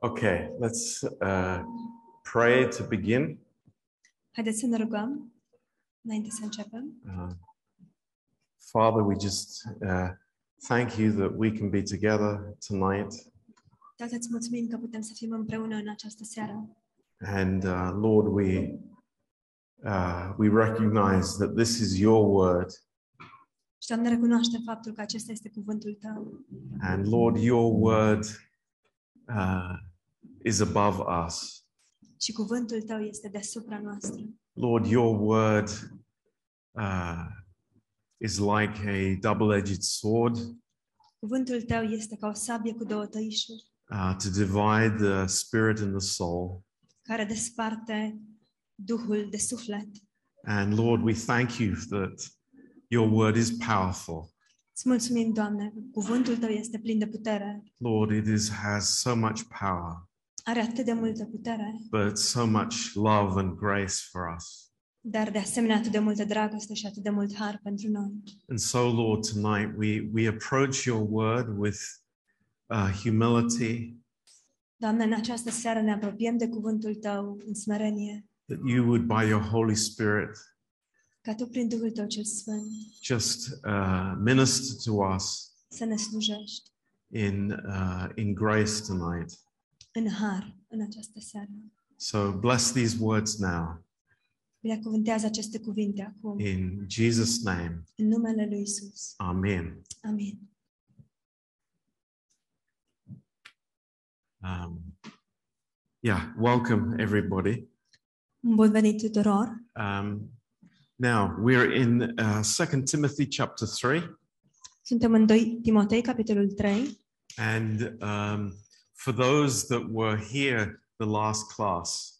Okay, let's uh, pray to begin. Haideți să ne rugăm înainte să începem. Uh, Father, we just uh, thank you that we can be together tonight. Tată, îți mulțumim că putem să fim împreună în această seară. And uh, Lord, we, uh, we recognize that this is your word. Și, Doamne, recunoaștem faptul că acesta este cuvântul Tău. And Lord, your word uh, is above us. Și cuvântul Tău este deasupra noastră. Lord, your word uh, is like a double edged sword Cuvântul Tău este ca o sabie cu două tăișuri, uh, to divide the spirit and the soul. care desparte Duhul de suflet. And Lord, we thank you that your word is powerful. Îți mulțumim, Doamne, că cuvântul Tău este plin de putere. Lord, it is, has so much power, Are atât de multă putere, but so much love and grace for us. dar de asemenea atât de multă dragoste și atât de mult har pentru noi. And so, Lord, tonight we, we approach your word with uh, humility, Doamne, în această seară ne apropiem de cuvântul Tău în smerenie, that you would, by your Holy Spirit, ca Tu, prin Duhul Tău cel Sfânt, just uh, minister to us să ne slujești in, uh, in grace tonight. în har în această seară. So, bless these words now Binecuvântează aceste cuvinte acum, in Jesus' name. în numele Lui Isus. Amen. Amin. Um, yeah, welcome everybody. Bun venit tuturor! Um, now we're in uh, Second Timothy chapter three, Suntem în 2 Timotei, capitolul 3, and um, for those that were here the last class,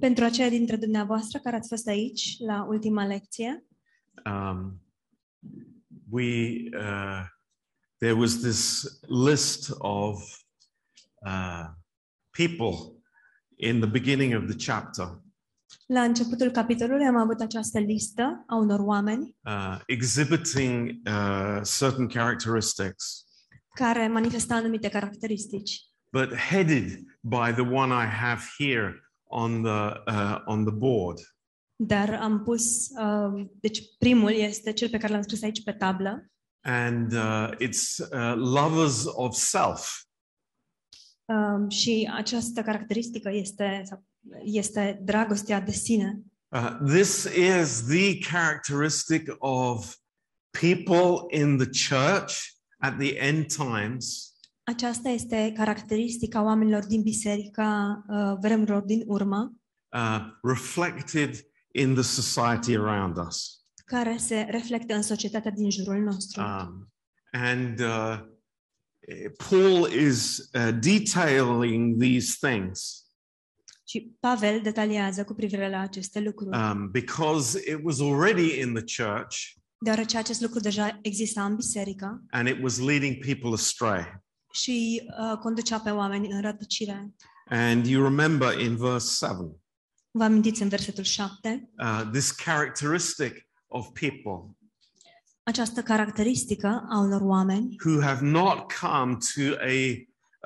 pentru aceia dintre dumneavoastră care ați fost aici la ultima lecție. um, we uh, there was this list of uh, people in the beginning of the chapter, La începutul capitolului am avut această listă a unor oameni uh, exhibiting uh, certain characteristics. care manifesta anumite caracteristici. but headed by the one I have here on the uh, on the board. Dar am pus, uh, deci primul este cel pe care l-am scris aici pe tablă, And uh, it's uh, lovers of self. um, și această caracteristică este, sau, este dragostea de sine. Uh, this is the characteristic of people in the church at the end times Aceasta este caracteristica oamenilor din biserica uh, vremurilor din urmă, uh, reflected in the society around us. care se reflectă în societatea din jurul nostru. Um, and uh, Paul is uh, detailing these things. Și Pavel detaliază cu privire la aceste lucruri, um, because it was already in the church deoarece acest lucru deja exista în biserică and it was leading people astray. și uh, conducea pe oameni în rătăcire. And you remember in verse 7 Vă amintiți în versetul 7? uh, this characteristic of people Această caracteristică a unor oameni who have not come to a,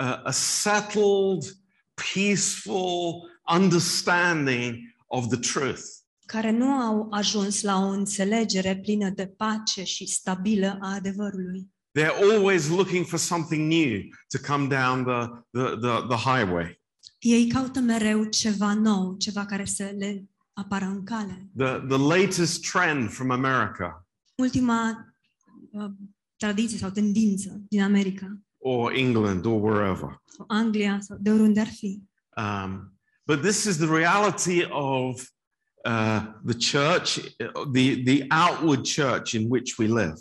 uh, a settled, peaceful understanding of the truth. care nu au ajuns la o înțelegere plină de pace și stabilă a adevărului. They're always looking for something new to come down the, the, the, the highway. Ei caută mereu ceva nou, ceva care să le apară în cale. The, the latest trend from America Ultima uh, tradiție sau tendință din America, or England or wherever. sau Anglia, sau de oriunde ar fi. Um, but this is the reality of uh, the church, the, the outward church in which we live.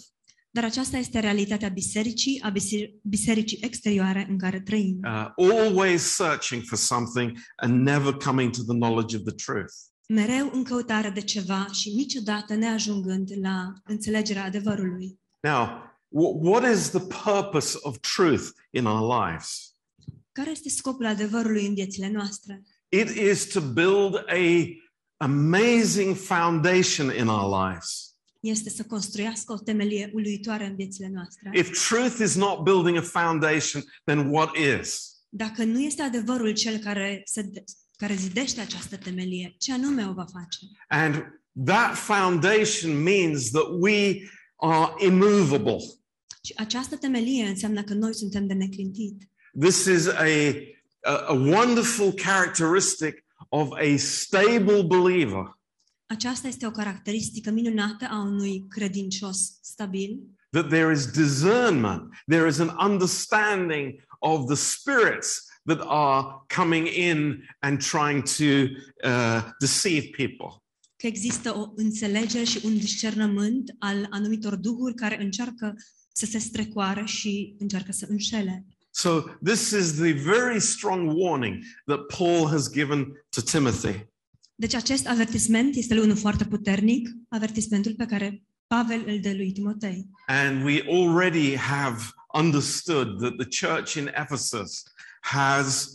Dar aceasta este realitatea bisericii, a bise- bisericii exterioare în care trăim. Uh, always searching for something and never coming to the knowledge of the truth. Mereu în căutare de ceva și niciodată neajungând la înțelegerea adevărului. Now, wh- what is the purpose of truth in our lives? Care este scopul adevărului în viețile noastre? It is to build a amazing foundation in our lives. Este să construiască o temelie uluitoare în viețile noastre. If truth is not building a foundation, then what is? Dacă nu este adevărul cel care, se, care zidește această temelie, ce anume o va face? And that foundation means that we are immovable. Și această temelie înseamnă că noi suntem de neclintit. This is a, a, a wonderful characteristic of a stable believer. Aceasta este o caracteristică minunată a unui credincios stabil, that there is discernment, there is an understanding of the spirits that are coming in and trying to uh, deceive people. că există o înțelegere și un discernământ al anumitor duhuri care încearcă să se strecoare și încearcă să înșele. So, this is the very strong warning that Paul has given to Timothy. Deci acest avertisment este unul foarte puternic, avertismentul pe care Pavel îl dă lui Timotei. And we already have understood that the church in Ephesus has,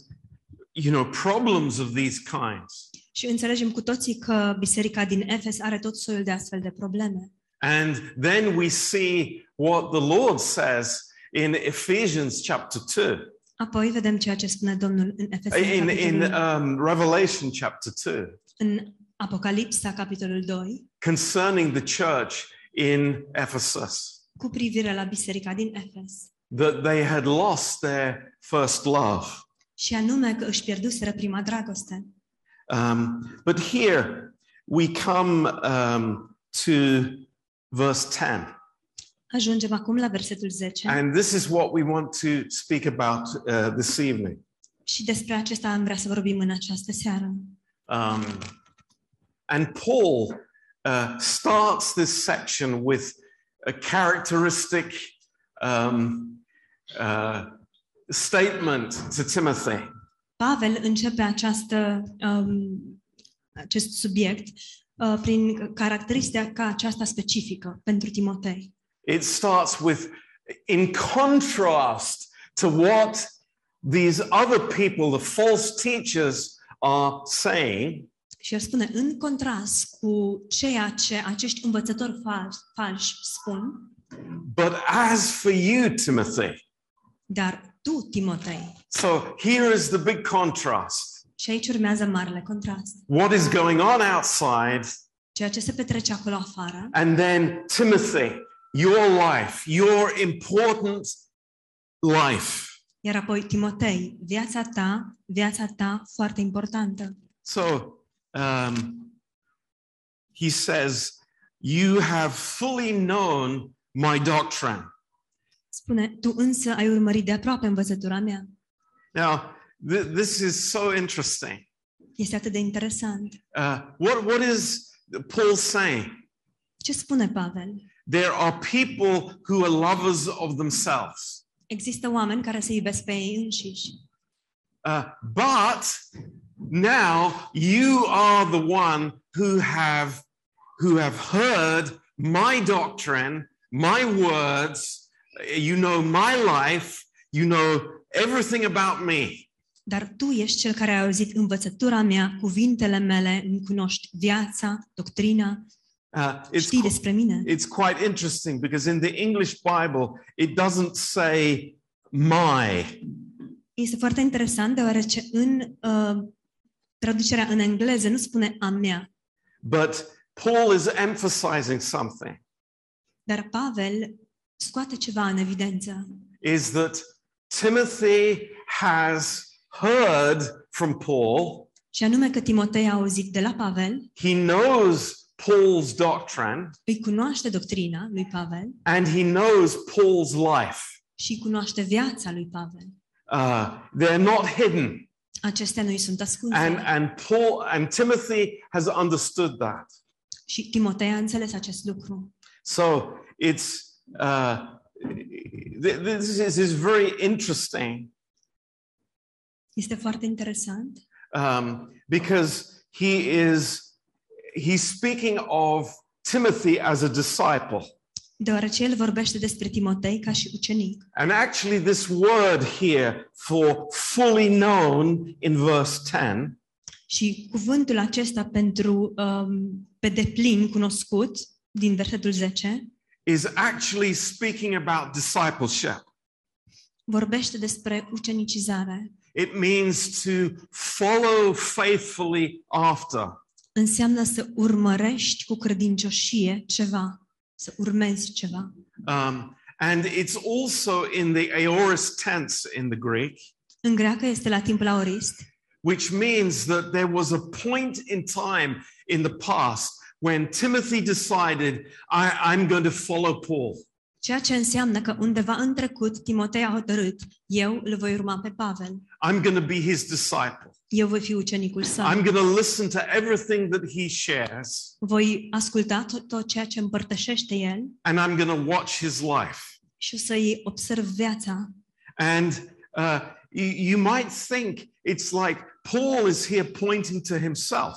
you know, problems of these kinds. Și înțelegem cu toții că biserica din Efes are tot soiul de astfel de probleme. And then we see what the Lord says in Ephesians chapter 2, Apoi vedem ceea ce spune Domnul în Efes in, în, in capitolul- um, Revelation chapter 2, în Apocalipsa, capitolul 2, concerning the church in Ephesus, cu privire la biserica din Efes. that they had lost their first love. Și anume că își pierduseră prima dragoste. Um, but here we come um, to verse 10. Ajungem acum la versetul 10 And this is what we want to speak about uh, this evening. și despre acesta am vrea să vorbim în această seară. Um, and Paul uh, starts this section with a characteristic um, uh, statement to Timothy. Pavel începe această, um, acest subiect uh, prin caracteristica aceasta specifică pentru Timotei. It starts with, in contrast to what these other people, the false teachers, are saying, Și el spune, în contrast cu ceea ce acești învățători falși, falși spun, but as for you, Timothy. dar tu, Timotei, So here is the big contrast. și aici urmează marele contrast. what is going on outside, Ceea ce se petrece acolo afară and then Timothy, your life, your important life. Iar apoi, Timotei, viața ta, viața ta foarte importantă. So um, he says, You have fully known my doctrine. Spune, tu însă ai urmărit de aproape învățătura mea. Now, th- this is so interesting. Este atât de interesant. Uh, what, what is Paul saying? Ce spune Pavel? There are people who are lovers of themselves. Există oameni care se iubesc pe ei înșiși, Uh, but now you are the one who have who have heard my doctrine, my words. You know my life. You know everything about me. dar tu ești cel care a auzit învățătura mea, cuvintele mele, îmi cunoști viața, doctrina, Uh, it's știi despre mine. it's quite interesting because in the English Bible it doesn't say my. Este foarte interesant deoarece în uh, traducerea în engleză nu spune a mea, But Paul is emphasizing something: dar Pavel scoate ceva în evidență. is that Timothy has heard from Paul. Și anume că Timotei a auzit de la Pavel, He knows Paul's doctrine îi cunoaște doctrina lui Pavel and he knows Paul's life. și îi cunoaște viața lui Pavel. Uh, they're not hidden. Acestea nu îi sunt ascunse. And, uh, and Paul and Timothy has understood that. și Timotei a înțeles acest lucru. So it's, uh, th- this is, is very interesting Este foarte interesant um, because he is, he's speaking of Timothy as a disciple. deoarece el vorbește despre Timotei ca și ucenic. And actually, this word here for fully known in verse 10 Și cuvântul acesta pentru um, pe deplin cunoscut din versetul 10 is actually speaking about discipleship. vorbește despre ucenicizare. It means to follow faithfully after. Înseamnă să urmărești cu credincioșie ceva, să urmezi ceva. Um, and it's also in the aorist tense in the Greek, În greacă este la timpul aorist, which means that there was a point in time in the past when Timothy decided, I, I'm going to follow Paul. ceea ce înseamnă că undeva în trecut Timotei a hotărât, eu îl voi urma pe Pavel, I'm going to be his disciple. eu voi fi ucenicul său, I'm going to listen to everything that he shares, voi asculta tot, tot ceea ce împărtășește el and I'm going to watch his life. și o să-i observ viața. And uh, you, you might think it's like Paul is here pointing to himself.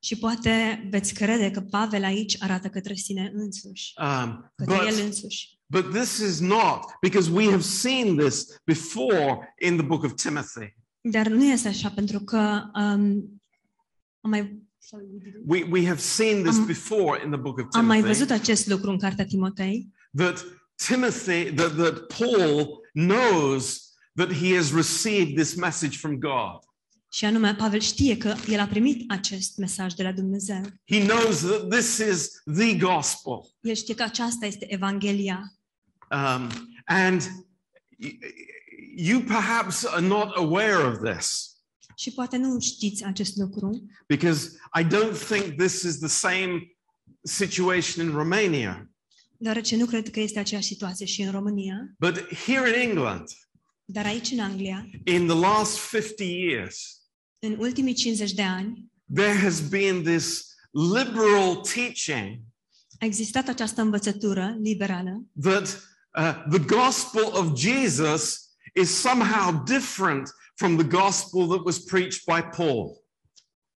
Și poate veți crede că Pavel aici arată către sine însuși, Um, către but, el însuși. but this is not, because we have seen this before in the book of Timothy. Dar nu este așa, pentru că um, am mai, sorry, we didn't- We, we have seen this Am- before in the book of am mai Timothy văzut acest lucru în cartea Timotei, that Timothy, that, that Paul knows that he has received this message from God. și anume Pavel știe că el a primit acest mesaj de la Dumnezeu. He knows that this is the gospel. El știe că aceasta este Evanghelia. Um, and y- you perhaps are not aware of this Și poate nu știți acest lucru, because I don't think this is the same situation in Romania. deoarece nu cred că este aceeași situație și în România, But here in England, dar aici în Anglia, in the last 50 years, în ultimii 50 de ani, there has been this liberal teaching a existat această învățătură liberală that uh, the gospel of Jesus is somehow different from the gospel that was preached by Paul.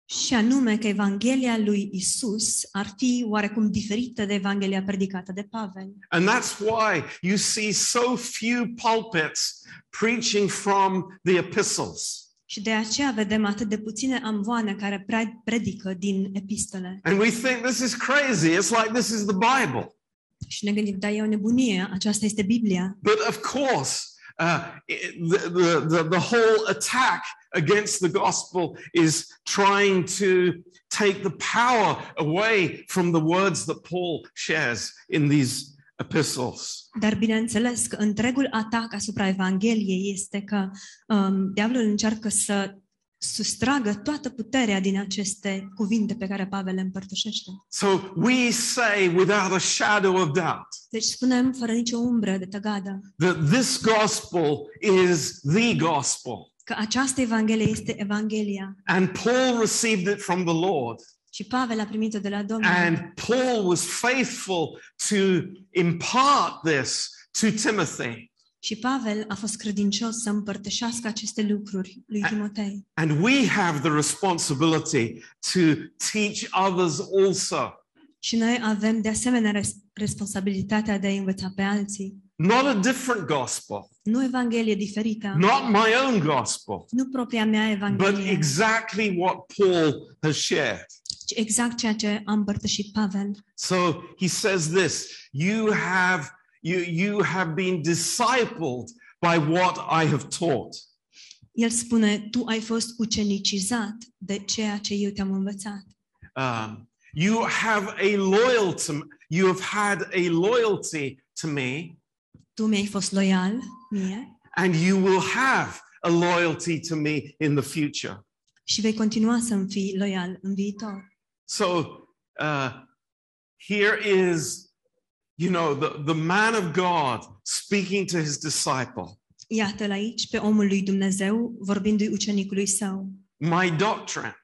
și anume că Evanghelia lui Isus ar fi oarecum diferită de Evanghelia predicată de Pavel. And that's why you see so few pulpits preaching from the epistles. Și de aceea vedem atât de puține amvoane care pre- predică din epistole. And we think this is crazy. It's like this is the Bible. Și ne gândim, da, e o nebunie, aceasta este Biblia. But of course, uh, it- the, the, the, the whole attack against the gospel is trying to take the power away from the words that Paul shares in these epistles. Dar bineînțeles că întregul atac asupra Evangheliei este că um, diavolul încearcă să sustragă toată puterea din aceste cuvinte pe care Pavel le împărtășește. So we say without a shadow of doubt Deci spunem fără nicio umbră de tăgadă that this gospel is the gospel. că această Evanghelie este Evanghelia And Paul received it from the Lord. și Pavel a primit-o de la Domnul. And Paul was faithful to impart this to Timothy. Și Pavel a fost credincios să împărtășească aceste lucruri lui Timotei. And we have the responsibility to teach others also, Și noi avem de asemenea res- responsabilitatea de a învăța pe alții. not a different gospel, Nu Evanghelie diferită, not my own gospel, nu propria mea but Evanghelie, exact. exactly what Paul has shared. ci exact ceea ce a împărtășit Pavel. So he says this you have you you have been discipled by what I have taught. El spune, tu ai fost ucenicizat de ceea ce eu te-am învățat. Um, you have a loyalty, you have had a loyalty to me, Tu mi-ai fost loial mie and you will have a loyalty to me in the future. și vei continua să-mi fii loial în viitor. So uh, here is, you know, the, the man of God speaking to his disciple. Iată-l aici pe omul lui Dumnezeu, vorbindu-i ucenicului său. My doctrine,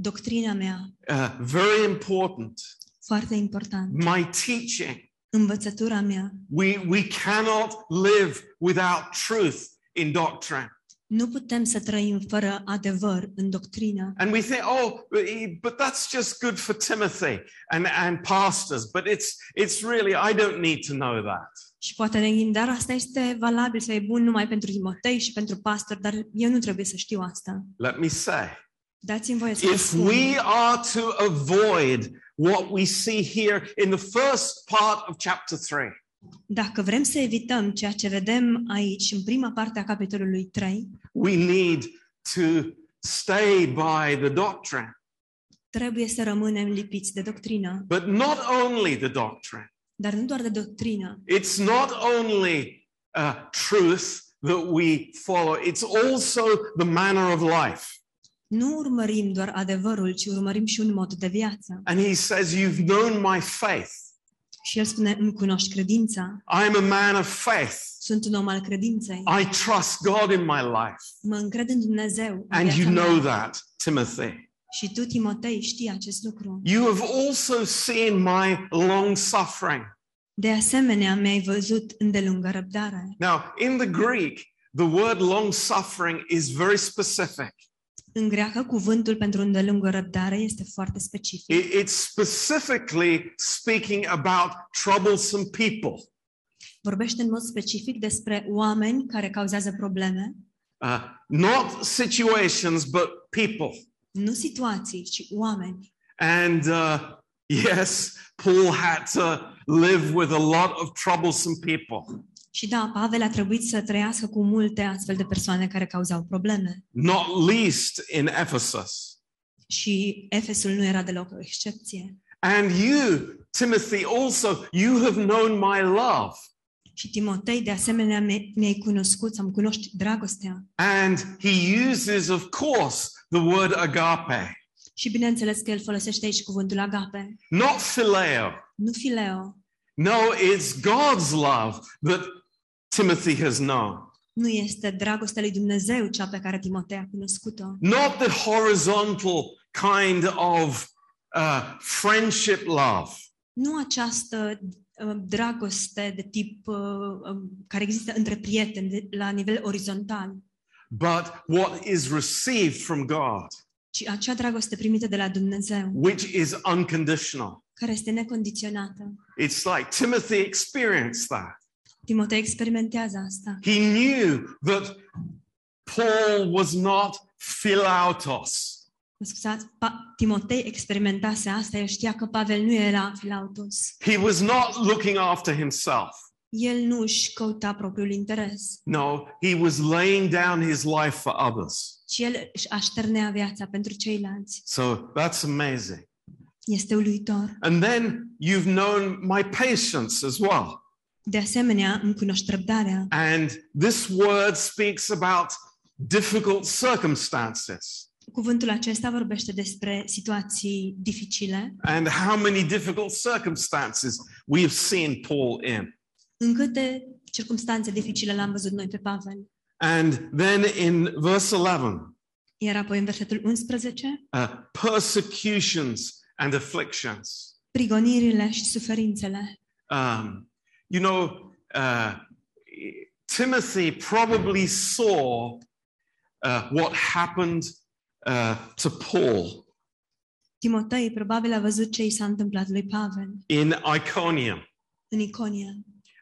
Doctrina mea, uh, very important. foarte important, My teaching. învățătura mea, We, we cannot live without truth in doctrine. Nu putem să trăim fără adevăr în doctrină. And we think, oh, but he- but that's just good for Timothy and, and pastors. But it's, it's really, I don't need to know that. Și poate ne gândim, dar asta este valabil să e bun numai pentru Timotei și pentru pastor, dar eu nu trebuie să știu asta. Let me say, Dați-mi voie să vă if spun. we are to avoid what we see here in the first part of chapter three, Dacă vrem să evităm ceea ce vedem aici, în prima parte a capitolului 3, we need to stay by the doctrine, trebuie să rămânem lipiți de doctrină, but not only the doctrine. dar nu doar de doctrină. It's not only uh, truth that we follow, it's also the manner of life. Nu urmărim doar adevărul, ci urmărim și un mod de viață. And he says, You've known my faith. Și el spune, îmi cunoști credința, I am a man of faith. sunt un om al credinței, I trust God in my life. mă încred în Dumnezeu. în And you viața mea." know that, Timothy. Și tu, Timotei, știi acest lucru. You have also seen my long suffering. De asemenea, mi-ai văzut îndelungă răbdare. Now, in the Greek, the word long suffering is very specific. În greacă, cuvântul pentru îndelungă răbdare este foarte specific. It- It's specifically speaking about troublesome people. Vorbește în mod specific despre oameni care cauzează probleme, Uh, not situations, but people. nu situații, ci oameni. And uh, yes, Paul had to live with a lot of troublesome people, Și da, Pavel a trebuit să trăiască cu multe astfel de persoane care cauzau probleme. not least in Ephesus. Și Efesul nu era deloc o excepție. And you, Timothy, also, you have known my love. Și Timotei, de asemenea, mi- mi-ai cunoscut, sau îmi cunoști dragostea. And he uses, of course, the word agape, Și bineînțeles că el folosește aici cuvântul agape, not phileo. nu fileo. No, it's God's love that Timothy has known, Nu este dragostea lui Dumnezeu cea pe care Timotei a cunoscut-o. not the horizontal kind of uh, friendship love. Nu această uh, dragoste de tip uh, um, care există între prieteni de- la nivel orizontal, but what is received from God, ci acea dragoste primită de la Dumnezeu, which is unconditional. care este necondiționată. It's like Timothy experienced that. Timotei experimentează asta. He knew that Paul was not philautos, Mă scuzați, pa- Timotei experimentase asta, el știa că Pavel nu era Filautos. he was not looking after himself. El nu își căuta propriul interes, No, he was laying down his life for others. ci el își așternea viața pentru ceilalți. So that's amazing. Este uluitor. And then you've known my patience as well. De asemenea, îmi cunoști răbdarea. And this word speaks about difficult circumstances. Cuvântul acesta vorbește despre situații dificile, and how many difficult circumstances we have seen Paul in. în câte circumstanțe dificile l-am văzut noi pe Pavel. And then in verse 11, Iar apoi în versetul 11, uh, persecutions and afflictions. prigonirile și suferințele. Um, you know, uh, Timothy probably saw uh, what happened uh, to Paul Timotei probabil a văzut ce i s-a întâmplat lui Pavel in Iconium în Iconia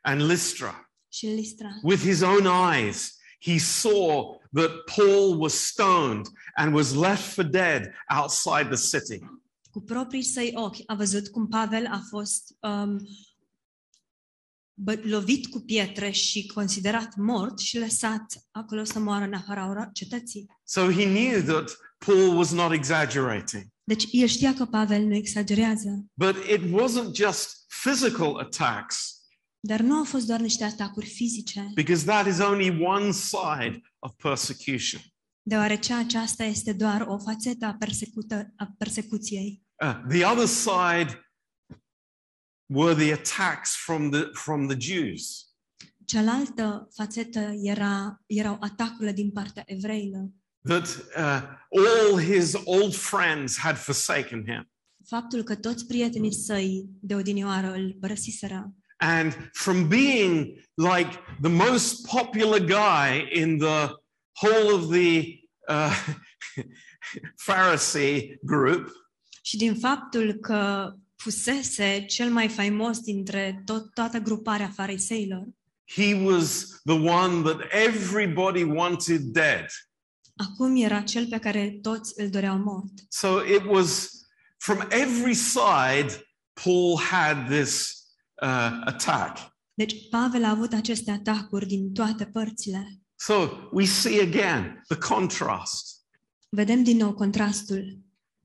and Lystra. și în Listra. With his own eyes, he saw that Paul was stoned and was left for dead outside the city. Cu proprii săi ochi a văzut cum Pavel a fost um, bă- lovit cu pietre și considerat mort și lăsat acolo să moară în afara ora- cetății. So he knew that Paul was not exaggerating. Deci el știa că Pavel nu exagerează. But it wasn't just physical attacks, Dar nu au fost doar niște atacuri fizice, because that is only one side of persecution. deoarece aceasta este doar o fațetă a, persecută, a persecuției. Uh, the other side were the attacks from the, from the Jews. Cealaltă fațetă era, erau atacurile din partea evreilor. That uh, all his old friends had forsaken him. Faptul că toți prietenii săi de odinioară îl părăsiseră And from being like the most popular guy in the whole of the uh, Pharisee group, și din faptul că fusese cel mai faimos dintre tot, toată gruparea fariseilor, he was the one that everybody wanted dead. acum era cel pe care toți îl doreau mort. So it was from every side, Paul had this uh, attack. Deci Pavel a avut aceste atacuri din toate părțile. So we see again the contrast. Vedem din nou contrastul.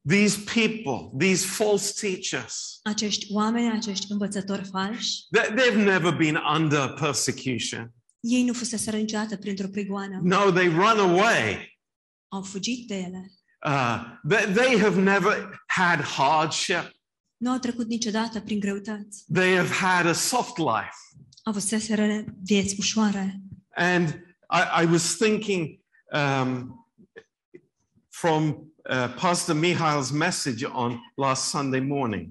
These people, these false teachers, Acești oameni, acești învățători falși, they- they've never been under persecution. ei nu fuseseră niciodată printr-o prigoană. No, they run away. Au fugit de ele. Uh, they, they have never had hardship. Nu au trecut niciodată prin greutăți. They have had a soft life. Avuseseră vieți ușoare. And I, I was thinking um, from uh, Pastor Mihail's message on last Sunday morning.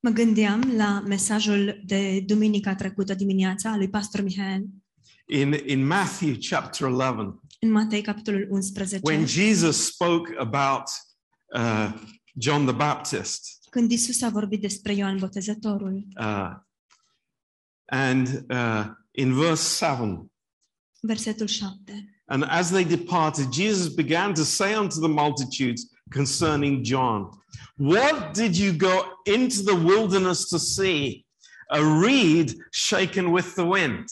Mă gândeam la mesajul de duminica trecută dimineața al lui pastor Mihail In, in Matthew chapter 11, în Matei, capitolul 11, when Jesus spoke about uh, John the Baptist, când Isus a vorbit despre Ioan Botezătorul. uh, and uh, in verse 7, Versetul 7. and as they departed, Jesus began to say unto the multitudes concerning John, What did you go into the wilderness to see? A reed shaken with the wind.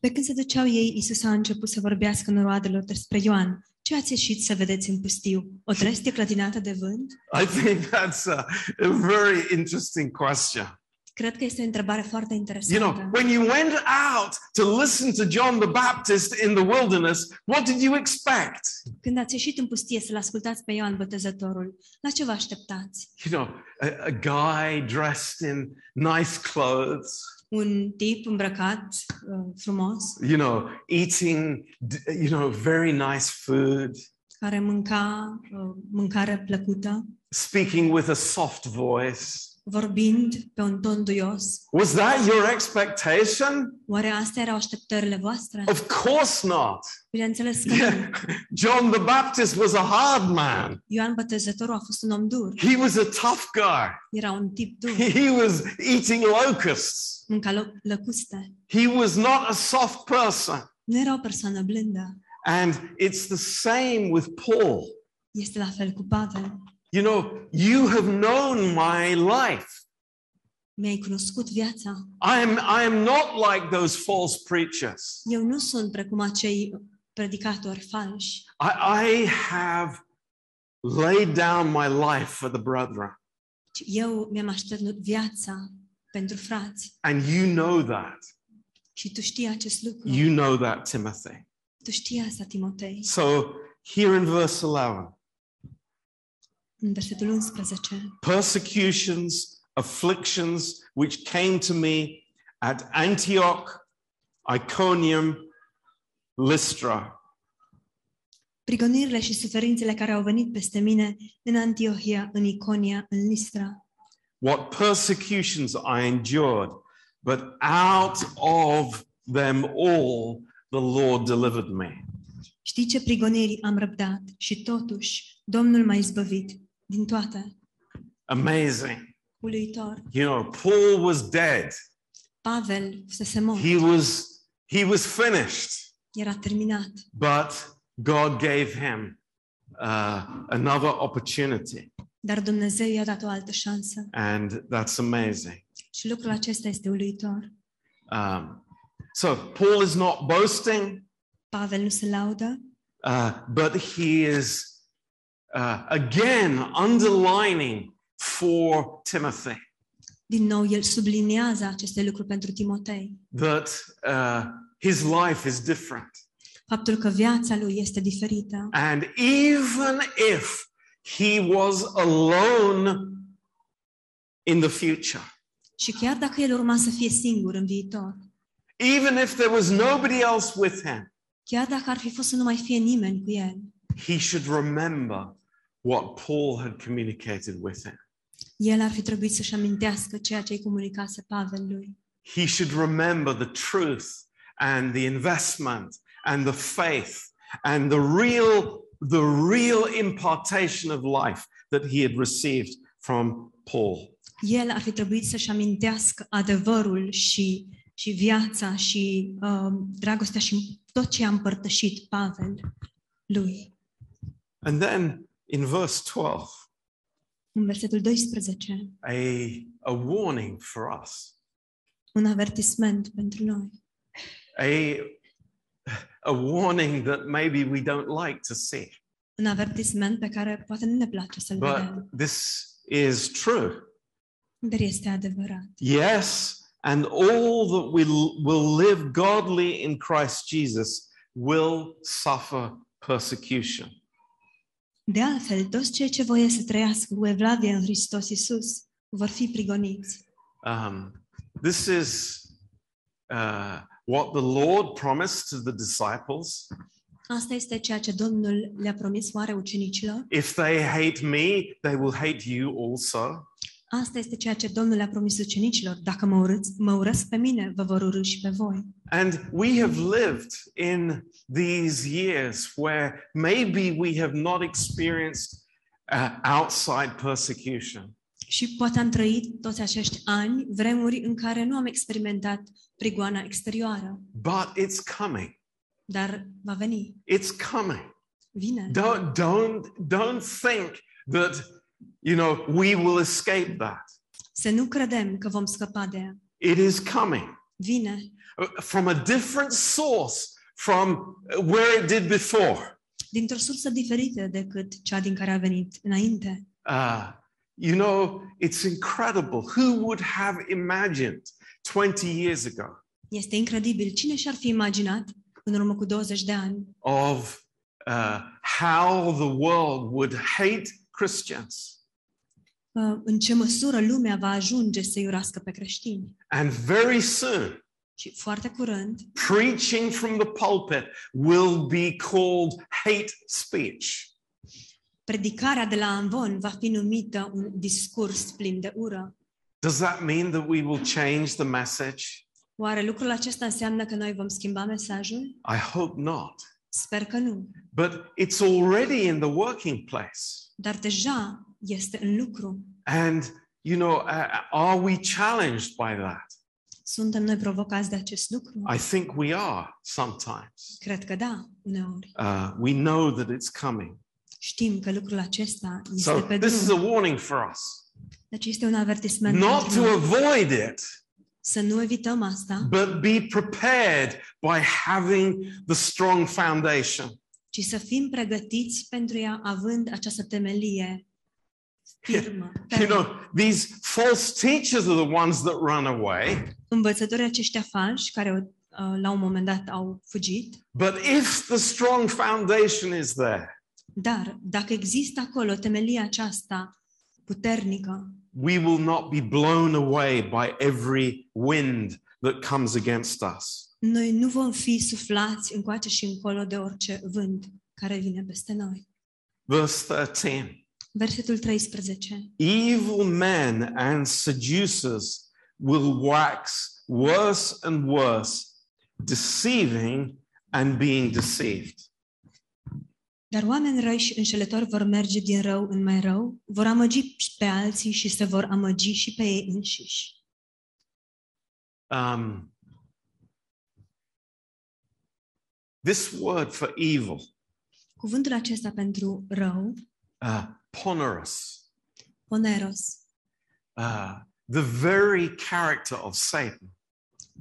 Pe când se duceau ei, Isus a început să vorbească noroadelor despre Ioan. Ce ați ieșit să vedeți în pustiu? O trestie clătinată de vânt? I think that's a, a very interesting question. Cred că este o întrebare foarte You know, interesantă. when you went out to listen to John the Baptist in the wilderness, what did you expect? Când ați ieșit în pustie să-l ascultați pe Ioan Botezătorul, la ce vă așteptați? You know, a, a guy dressed in nice clothes, Un tip îmbrăcat uh, frumos, you know, eating, d- you know, very nice food, care mânca uh, mâncare plăcută, speaking with a soft voice. vorbind pe un ton duios. Was that your expectation? Oare astea erau așteptările voastre? Of course not. Bineînțeles că nu. Yeah. John the Baptist was a hard man. Ioan Botezătorul a fost un om dur, He was a tough guy. era un tip dur, He was eating locusts. mânca lo- lăcuste. He was not a soft person. Nu era o persoană blândă. And it's the same with Paul. Este la fel cu Pavel. You know, you have known my life. Mi-ai cunoscut viața. I am, I am not like those false preachers. Eu nu sunt precum acei predicatori falși. I, I have laid down my life for the brethren. ci Eu mi-am așternut viața pentru frați. And you know that. Și tu știi acest lucru. You know that, Timothy. Tu știi asta, Timotei, So here in verse 11 în versetul 11. persecutions, afflictions which came to me at Antioch, Iconium, Lystra. Prigonirile și suferințele care au venit peste mine în Antiohia, în Iconia, în Listra. What persecutions I endured, but out of them all the Lord delivered me. Știi ce prigoniri am răbdat și totuși Domnul m-a izbăvit din toate. Amazing. Uluitor. You know, Paul was dead. Pavel să se mor. He was he was finished, Era terminat. but God gave him uh, another opportunity, Dar Dumnezeu i-a dat o altă șansă. and that's amazing. Și lucrul acesta este uluitor. Um, so Paul is not boasting, Pavel nu se laudă, uh, but he is uh, again underlining for Timothy din nou el subliniază aceste lucruri pentru Timotei. that uh, his life is different. Faptul că viața lui este diferită. And even if he was alone in the future, Și chiar dacă el urma să fie singur în viitor, even if there was nobody else with him, chiar dacă ar fi fost să nu mai fie nimeni cu el, he should remember what Paul had communicated with him. el ar fi trebuit să-și amintească ceea ce îi comunicase Pavel lui. he should remember the truth and the investment and the faith and the real the real impartation of life that he had received from paul El ar fi trebuit să-și amintească adevărul și, și viața și uh, dragostea și tot ce a împărtășit Pavel lui. and then in verse 12 În versetul 12 a, a warning for us un avertisment pentru noi, a, a warning that maybe we don't like to see. un avertisment pe care poate nu ne place să-l But vedem, this is true. dar este adevărat. Yes, and all that we l- will live godly in Christ Jesus will suffer persecution. De altfel, toți cei ce voie să trăiască cu evlavie în Hristos Iisus vor fi prigoniți. Um, this is uh, what the Lord promised to the disciples. Asta este ceea ce Domnul le-a promis oare ucenicilor? If they hate me, they will hate you also. Asta este ceea ce Domnul le-a promis ucenicilor. Dacă mă, urâți, mă urăsc pe mine, vă vor urâ și pe voi. And we have lived in these years where maybe we have not experienced uh, outside persecution. Și poate am trăit toți acești ani, vremuri în care nu am experimentat prigoana exterioară, but it's coming. dar va veni, It's coming. vine. Don't don't don't think that you know we will escape that. Să nu credem că vom scăpa de ea. It is coming Vine uh, from a different source from where it did before. dintr-o sursă diferită decât cea din care a venit înainte. Uh, you know, it's incredible. Who would have imagined 20 years ago Este incredibil. Cine și-ar fi imaginat în urmă cu 20 de ani of uh, how the world would hate Christians uh, în ce măsură lumea va ajunge să-i urască pe creștini? and very soon Și foarte curând, preaching from the pulpit will be called hate speech. predicarea de la Anvon va fi numită un discurs plin de ură. Does that mean that we will change the message? Oare lucrul acesta înseamnă că noi vom schimba mesajul? I hope not. Sper că nu, But it's already in the working place. dar deja este în lucru. And, you know, uh, are we challenged by that? Suntem noi provocați de acest lucru? I think we are sometimes. Cred că da, uneori. Uh, we know that it's coming. Știm că lucrul acesta este So pe this is a drum. warning for us Deci este un avertisment not to pentru noi. avoid it, să nu evităm asta, but be prepared by having the strong foundation. ci să fim pregătiți pentru ea având această temelie firmă. You know, these false teachers are the ones that run away. Învățătorii aceștia falși care uh, la un moment dat au fugit, But if the strong foundation is there, dar dacă există acolo temelia aceasta puternică, we will not be blown away by every wind that comes against us. noi nu vom fi suflați încoace și încolo de orice vânt care vine peste noi. Verse 13 Versetul 13. Evil men and seducers will wax worse and worse, deceiving and being deceived. Dar oameni răi și înșelători vor merge din rău în mai rău, vor amăgi și pe alții și se vor amăgi și pe ei înșiși. Um, this word for evil Cuvântul acesta pentru rău, uh, ponerus, oneros, uh, the very character of Satan,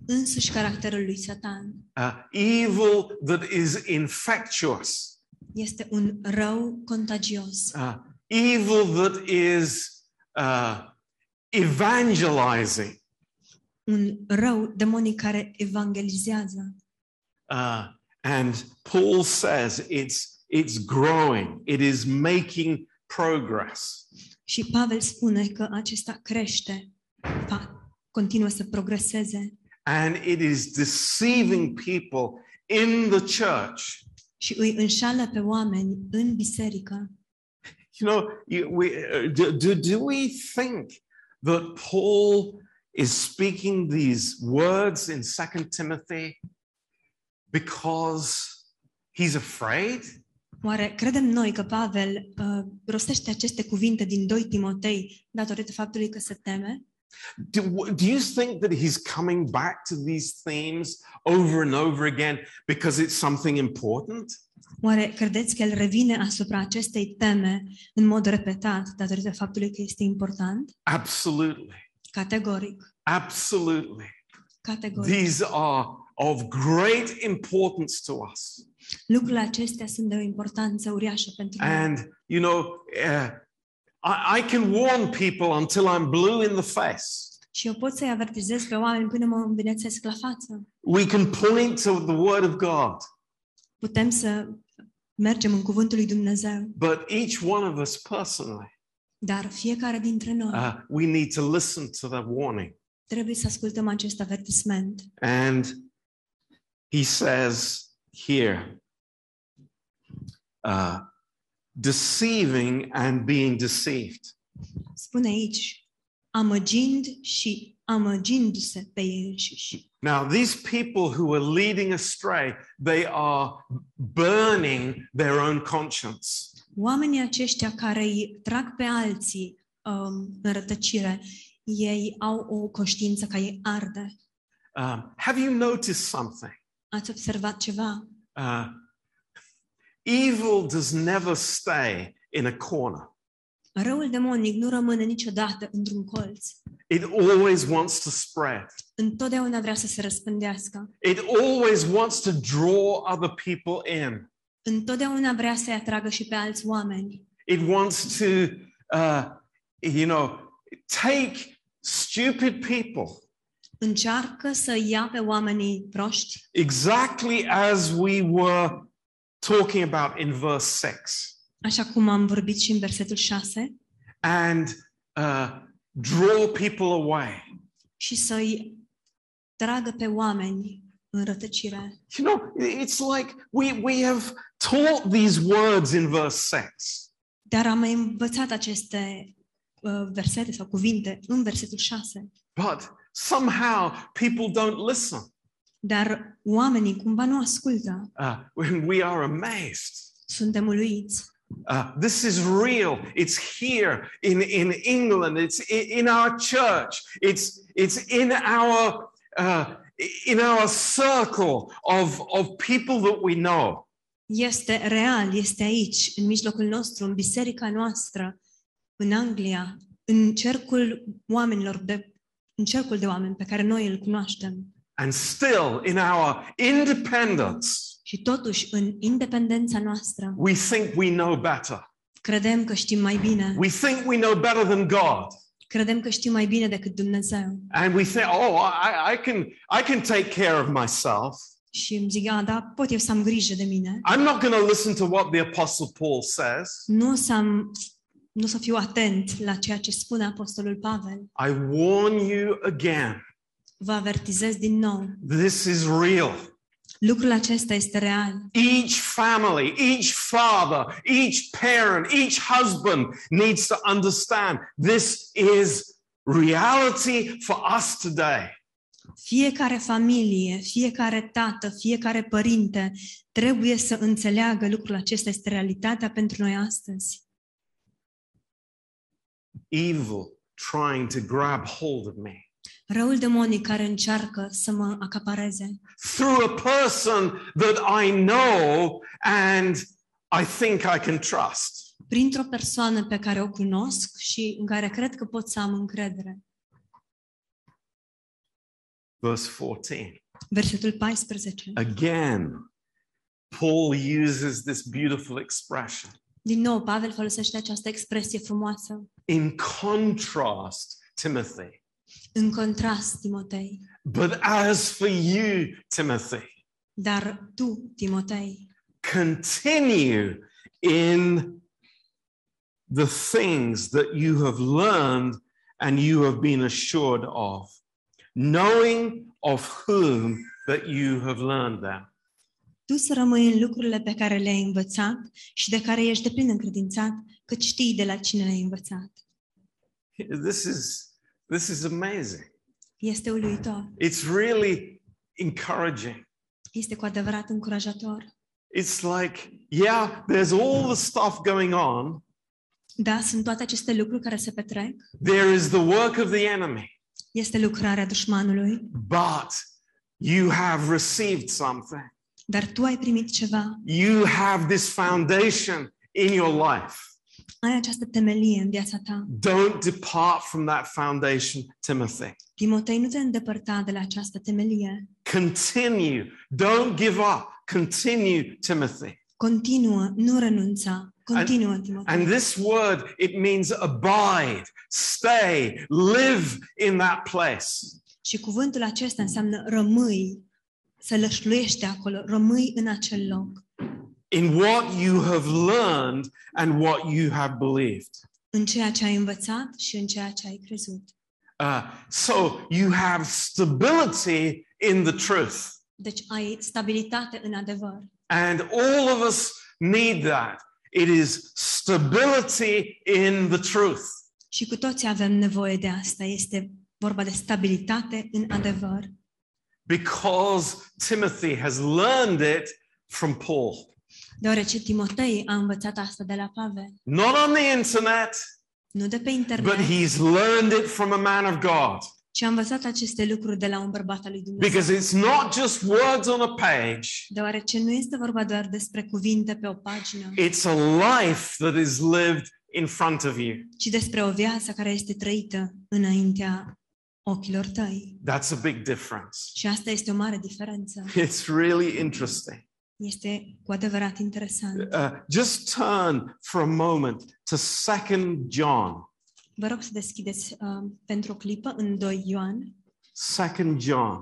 însuși caracterul lui Satan, uh, evil that is infectious, este un rău contagios, uh, evil that is uh, evangelizing, un rău demonic care evangelizează. uh, and Paul says it's it's growing, it is making progress. Și Pavel spune că acesta crește, fa- continuă să progreseze and it is deceiving people in the church. și îi înșală pe oameni în biserică. You know, you- we, uh, do, do, do we think that Paul is speaking these words in Second Timothy because he's afraid? Oare credem noi că Pavel uh, rostește aceste cuvinte din 2 Timotei datorită faptului că se teme? Do, do you think that he's coming back to these themes over and over again because it's something important? Oare credeți că el revine asupra acestei teme în mod repetat datorită faptului că este important? Absolutely. Categoric, Absolutely. categoric. These are of great importance to us. Lucrurile acestea sunt de o importanță uriașă pentru noi. And, you know, uh, I, I can warn people until I'm blue in the face. Și eu pot să-i avertizez pe oameni până mă învinețesc la față. We can point to the Word of God, Putem să mergem în cuvântul lui Dumnezeu, but each one of us personally, dar fiecare dintre noi uh, we need to listen to that warning. trebuie să ascultăm acest avertisment. And he says here, uh, deceiving and being deceived. Spune aici, amăgind și amăgindu-se pe ei înșiși. Now, these people who are leading astray, they are burning their own conscience. Oamenii aceștia care îi trag pe alții um, în rătăcire, ei au o conștiință care îi arde. Um, have you noticed something? Ați observat ceva? Uh, evil does never stay in a corner, Răul demonic nu rămâne niciodată într-un colț. it always wants to spread, Întotdeauna vrea să se răspândească. it always wants to draw other people in. Întotdeauna vrea să-i atragă și pe alți oameni. It wants to, uh, you know, take stupid people Încearcă să ia pe oamenii proști, exactly as we were talking about in verse 6 așa cum am vorbit și în versetul 6, and uh, draw people away. și să-i tragă pe oameni în rătăcire. You know, it's like we, we have taught these words in verse 6. Dar am mai învățat aceste uh, versete sau cuvinte în versetul 6. But somehow people don't listen. Dar oamenii cumva nu ascultă. Uh, when we are amazed, Suntem uluiți. uh, this is real. It's here in, in England. It's i- in, our church. It's, it's in our uh, in our circle of, of people that we know. Este real, este aici, în mijlocul nostru, în biserica noastră, în Anglia, în cercul oamenilor de în cercul de oameni pe care noi îl cunoaștem. And still, in our independence, Și totuși, în independența noastră, we think we know better. credem că știm mai bine. We think we know better than God. Credem că știm mai bine decât Dumnezeu. And we think, oh, I, I, can, I can take care of myself. Și îmi zic, a, da, pot eu să am grijă de mine. I'm not going to listen to what the Apostle Paul says. Nu o să, am, nu o să fiu atent la ceea ce spune Apostolul Pavel. I warn you again, Vă avertizez din nou. this is real. Lucrul acesta este real. Each family, each father, each parent, each husband needs to understand this is reality for us today. Fiecare familie, fiecare tată, fiecare părinte trebuie să înțeleagă lucrul acesta este realitatea pentru noi astăzi. Evil trying to grab hold of me Răul demonic care încearcă să mă acapareze through a person that I know and I think I can trust. printr-o persoană pe care o cunosc și în care cred că pot să am încredere. Verse 14. Versetul 14. Again, Paul uses this beautiful expression Din nou, Pavel folosește această expresie frumoasă. in contrast, Timothy. În contrast, Timotei. But as for you, Timothy, Dar tu, Timotei, continue in the things that you have learned and you have been assured of, knowing of whom that you have learned them. tu să rămâi în lucrurile pe care le-ai învățat și de care ești deplin încredințat, că știi de la cine le-ai învățat. This is this is amazing. Este uluitor. It's really encouraging. Este cu adevărat încurajator. it's like, yeah, there's all the stuff going on. Da, sunt toate aceste lucruri care se petrec. There is the work of the enemy, Este lucrarea dușmanului, but you have received something. dar tu ai primit ceva. You have this foundation in your life. Ai această temelie în viața ta. Don't depart from that foundation, Timothy. Timotei, nu te îndepărta de la această temelie. Continue. Don't give up. Continue, Timothy. Continuă, nu renunța. Continuă, Timotei. And this word, it means abide, stay, live in that place. Și cuvântul acesta înseamnă rămâi, să lășluiești acolo, rămâi în acel loc, In what you have learned and what you have believed. în ceea ce ai învățat și în ceea ce ai crezut. Uh, so you have stability in the truth. Deci ai stabilitate în adevăr. And all of us need that. It is stability in the truth. Și cu toții avem nevoie de asta. Este vorba de stabilitate în adevăr, because Timothy has learned it from Paul. deoarece Timotei a învățat asta de la Pavel, Not on the internet, nu de pe internet, but he's learned it from a man of God. ci a învățat aceste lucruri de la un bărbat al lui Dumnezeu. Because it's not just words on a page, Deoarece nu este vorba doar despre cuvinte pe o pagină, it's a life that is lived in front of you. ci despre o viață care este trăită înaintea ochilor tăi. That's a big difference. Și asta este o mare diferență. It's really interesting. Este cu adevărat interesant. Uh, just turn for a moment to 2 John. Vă rog să deschideți uh, pentru o clipă în 2 Ioan. 2 John.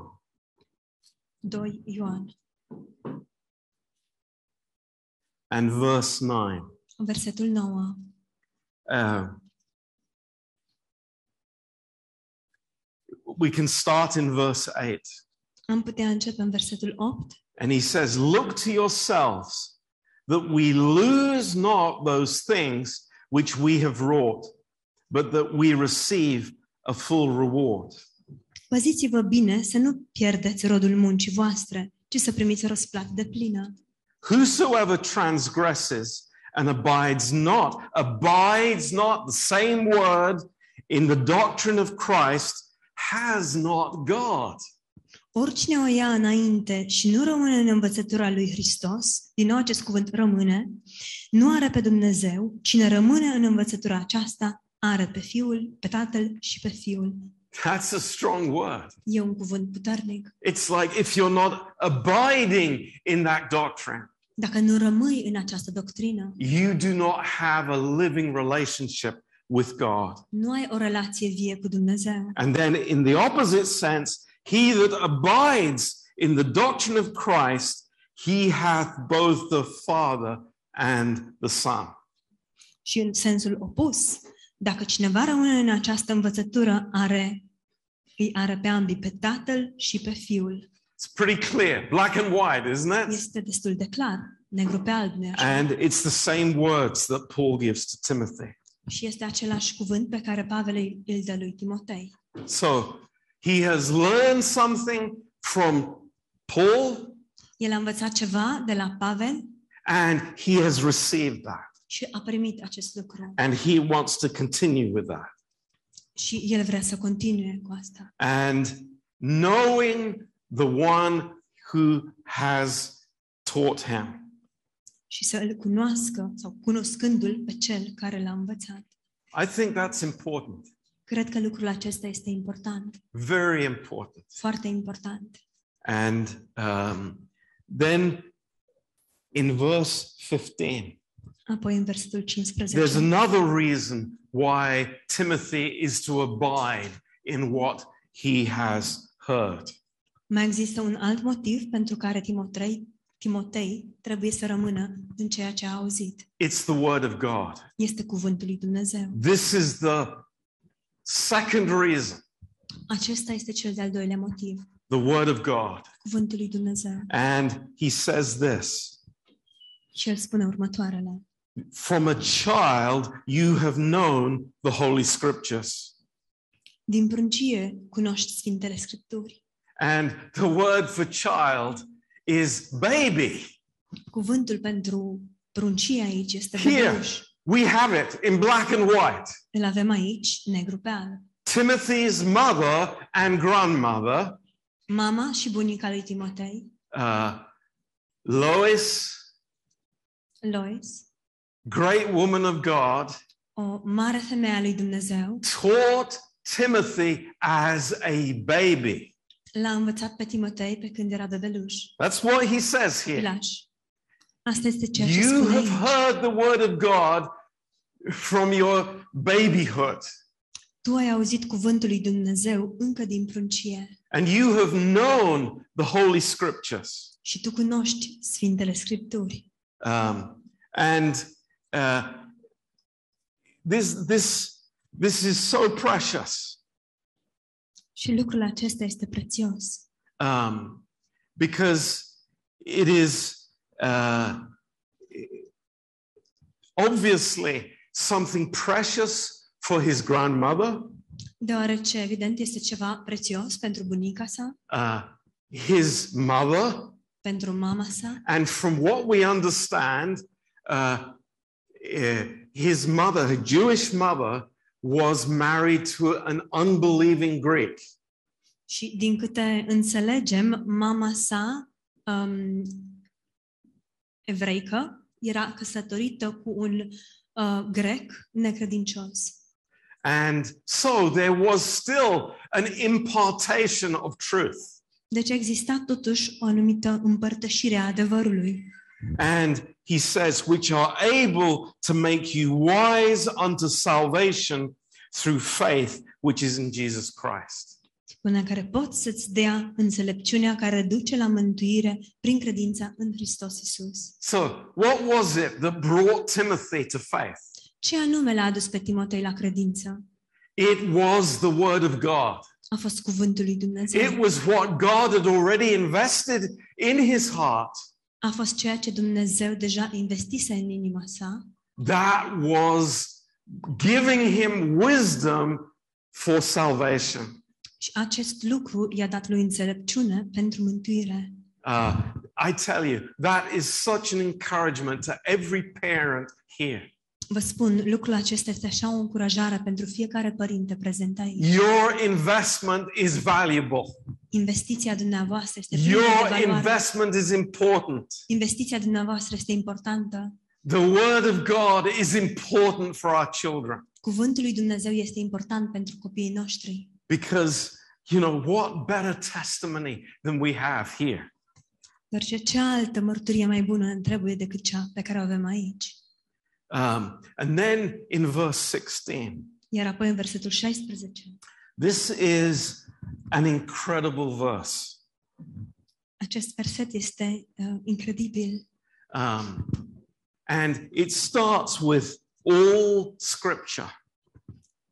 2 Ioan, and verse 9. versetul 9. Um, we can start in verse 8. Am putea începe în versetul 8. And he says, Look to yourselves that we lose not those things which we have wrought, but that we receive a full reward. Păziți-vă bine să nu pierdeți rodul muncii voastre, ci să primiți răsplată de plină. Whosoever transgresses and abides not, abides not, the same word, in the doctrine of Christ, has not God. Oricine o ia înainte și nu rămâne în învățătura lui Hristos, din nou acest cuvânt rămâne, nu are pe Dumnezeu, cine rămâne în învățătura aceasta, are pe Fiul, pe Tatăl și pe Fiul. That's a strong word. E un cuvânt puternic. It's like if you're not abiding in that doctrine, Dacă nu rămâi în această doctrină, you do not have a living relationship with God. nu ai o relație vie cu Dumnezeu. And then, in the opposite sense, he that abides in the doctrine of Christ, he hath both the Father and the Son. Și în sensul opus, dacă cineva rămâne în această învățătură, are, îi are pe ambii, pe Tatăl și pe Fiul. It's pretty clear, black and white, isn't it? Este destul de clar, negru pe alb, nu And it's the same words that Paul gives to Timothy. Și este același cuvânt pe care Pavel îi- îl dă lui Timotei. So he has learned something from Paul, El a învățat ceva de la Pavel and he has received that. și a primit acest lucru. and he wants to continue with that. Și el vrea să continue cu asta. And knowing the one who has taught him. Și să îl cunoască sau cunoscându-l pe cel care l-a învățat. I think that's important, Cred că lucrul acesta este important, very important. foarte important. And um, then in verse 15, Apoi în versetul 15 there's another reason why Timothy is to abide in what he has heard. mai există un alt motiv pentru care Timotei, Timotei trebuie să rămână în ceea ce a auzit. It's the word of God. Este cuvântul lui Dumnezeu. This is the second reason Acesta este cel de-al doilea motiv. the word of God. cuvântul lui Dumnezeu. And he says this Și el spune următoarele. From a child you have known the Holy Scriptures. Din pruncie cunoști Sfintele Scripturi. And the word for child is baby. Cuvântul pentru pruncie aici este Here. bebeluș. We have it in black and white. Îl avem aici, negru pe alb. Timothy's mother and grandmother, Mama și bunica lui Timotei, uh, Lois, Lois, great woman of God, o mare femeie a lui Dumnezeu, taught Timothy as a baby. l-a învățat pe Timotei pe când era bebeluș, That's what he says here. laș. Asta este ceea ce You spune have aici. heard the word of God from your babyhood, Tu ai auzit cuvântul lui Dumnezeu încă din pruncie and you have known the Holy Scriptures. și tu cunoști Sfintele Scripturi. Um, and uh, this, this, this is so precious Și lucrul acesta este prețios, um, because it is uh, obviously something precious for his grandmother. deoarece, evident, este ceva prețios pentru bunica sa, uh, his mother, pentru mama sa and from what we understand, uh, eh, his mother, her Jewish mother, was married to an unbelieving Greek. și, din câte înțelegem, mama sa um, evreică era căsătorită cu un uh, grec necredincios. And so there was still an impartation of truth. Deci exista totuși o anumită împărtășire a adevărului. And he says, which are able to make you wise unto salvation through faith, which is in Jesus Christ. Spune care pot să-ți dea înțelepciunea care duce la mântuire prin credința în Hristos Isus. So, what was it that brought Timothy to faith? Ce anume l-a adus pe Timotei la credință? It was the word of God. A fost cuvântul lui Dumnezeu. It was what God had already invested in his heart. A fost ceea ce Dumnezeu deja investise în inima sa That was giving him wisdom for salvation. și acest lucru i-a dat lui înțelepciune pentru mântuire. Uh, I tell you, that is such an encouragement to every parent here. Vă spun, lucrul acesta este așa o încurajare pentru fiecare părinte prezent aici. Your investment is valuable, Investiția dumneavoastră este plină de your valoare. investment is important. Investiția dumneavoastră este importantă. The word of God is important for our children. Cuvântul lui Dumnezeu este important pentru copiii noștri, Because, you know, what better testimony than we have here? dar ce, ce altă mărturie mai bună ne trebuie decât cea pe care o avem aici? Um, and then in verse 16, Iar apoi în versetul 16, this is an incredible verse. acest verset este uh, incredibil Um, and it starts with all scripture,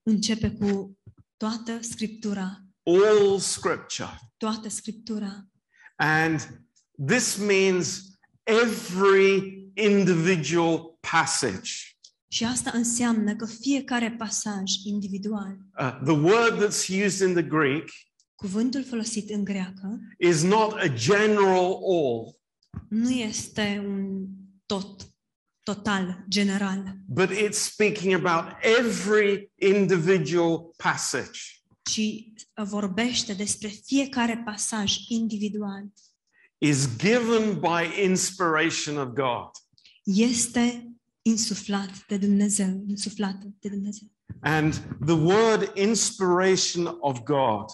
începe cu toată Scriptura, all scripture. toată Scriptura. And this means every individual passage. Și asta înseamnă că fiecare pasaj individual, Uh, the word that's used in the Greek cuvântul folosit în greacă, is not a general all, nu este un tot, total, general, but it's speaking about every individual passage. ci vorbește despre fiecare pasaj individual. is given by inspiration of God. Este insuflat de Dumnezeu, insuflat de Dumnezeu. And the word inspiration of God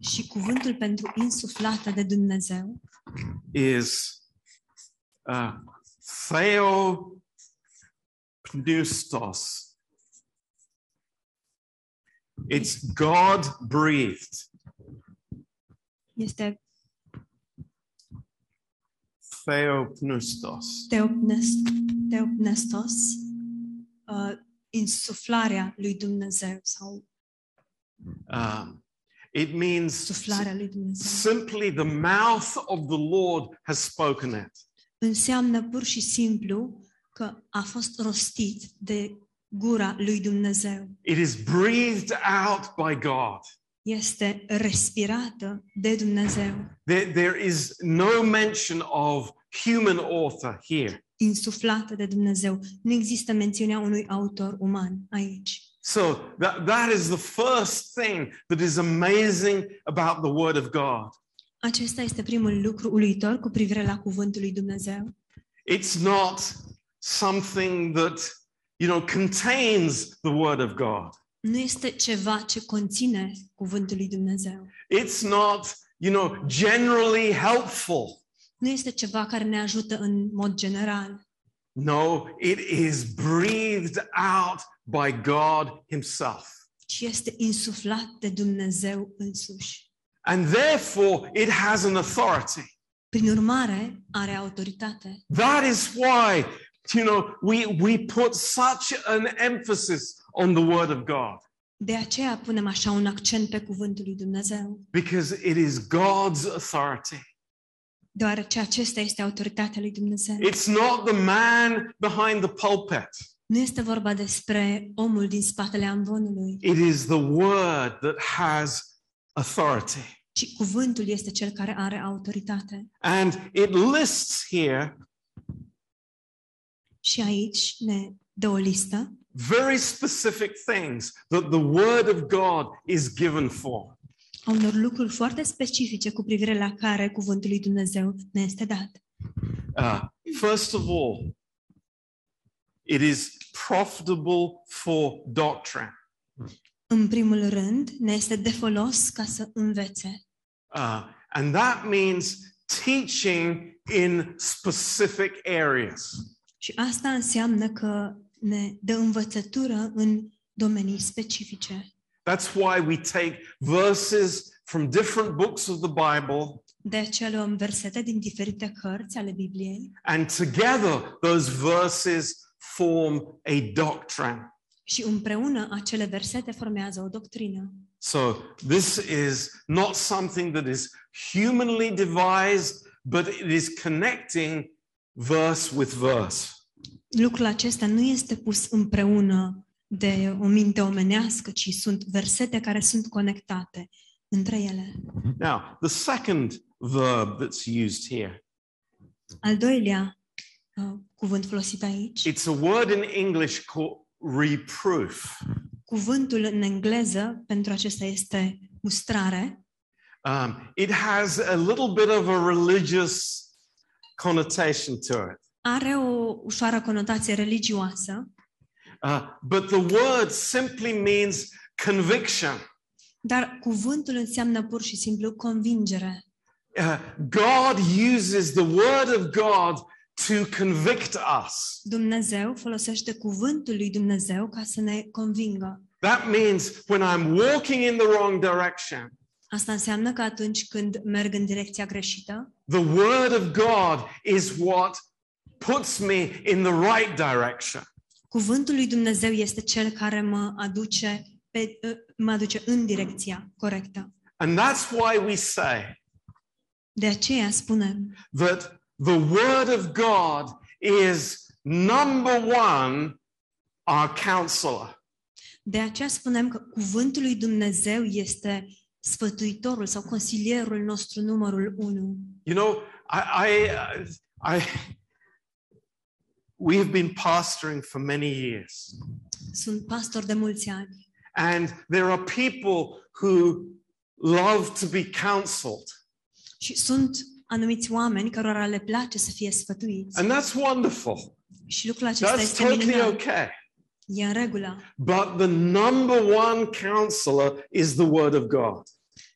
Și cuvântul pentru insuflată de Dumnezeu is uh, theopneustos. It's God breathed. este Theopneustos. teopnest, teopnestos, uh, insuflarea lui Dumnezeu sau Um, it means suflarea lui Dumnezeu. simply the mouth of the Lord has spoken it. Înseamnă pur și simplu că a fost rostit de gura lui Dumnezeu. It is breathed out by God. Este respirată de Dumnezeu. There, there is no mention of human author here. insuflată de Dumnezeu. Nu există mențiunea unui autor uman aici. So that, that is the first thing that is amazing about the Word of God. Acesta este primul lucru uluitor cu privire la cuvântul lui Dumnezeu. It's not something that, you know, contains the word of God. Nu este ceva ce conține cuvântul lui Dumnezeu. It's not, you know, generally helpful. Nu este ceva care ne ajută în mod general, No, it is breathed out by God Himself. ci este insuflat de Dumnezeu însuși. And therefore, it has an authority. Prin urmare, are autoritate. That is why, you know, we, we put such an emphasis on the Word of God, De aceea punem așa un accent pe cuvântul lui Dumnezeu, because it is God's authority. deoarece acesta este autoritatea lui Dumnezeu. It's not the man behind the pulpit, Nu este vorba despre omul din spatele amvonului, it is the Word that has authority. ci cuvântul este cel care are autoritate. And it lists here Și aici ne dă o listă very specific things that the Word of God is given for. a unor lucruri foarte specifice cu privire la care cuvântul lui Dumnezeu ne este dat. Uh, first of all, it is profitable for doctrine. În primul rând, ne este de folos ca să învețe. Uh, and that means teaching in specific areas. Și asta înseamnă că ne dă învățătură în domenii specifice. That's why we take verses from different books of the Bible, De aceea luăm versete din diferite cărți ale Bibliei and together those verses form a doctrine. și împreună acele versete formează o doctrină. So this is not something that is humanly devised, but it is connecting verse with verse. Lucrul acesta nu este pus împreună de o minte omenească, ci sunt versete care sunt conectate între ele. Now, the second verb that's used here, Al doilea uh, cuvânt folosit aici, it's a word in English called reproof. cuvântul în engleză pentru acesta este mustrare, Um, it has a little bit of a religious connotation to it. are o ușoară conotație religioasă, Uh, but the word simply means conviction. dar cuvântul înseamnă pur și simplu convingere. Uh, God uses the word of God to convict us. Dumnezeu folosește cuvântul lui Dumnezeu ca să ne convingă. That means when I'm walking in the wrong direction, Asta înseamnă că atunci când merg în direcția greșită, the word of God is what puts me in the right direction. cuvântul lui Dumnezeu este cel care mă aduce, pe, mă aduce în direcția corectă. And that's why we say De aceea spunem, that the Word of God is number one, our counselor. De aceea spunem că cuvântul lui Dumnezeu este sfătuitorul sau consilierul nostru numărul 1. You know, I, I, I, we have been pastoring for many years, Sunt pastor de mulți ani and there are people who love to be counseled, și sunt anumiți oameni cărora le place să fie sfătuiți. and that's wonderful. Și lucrul acesta That's este totally minunat. okay. E în regulă. But the number one counselor is the Word of God.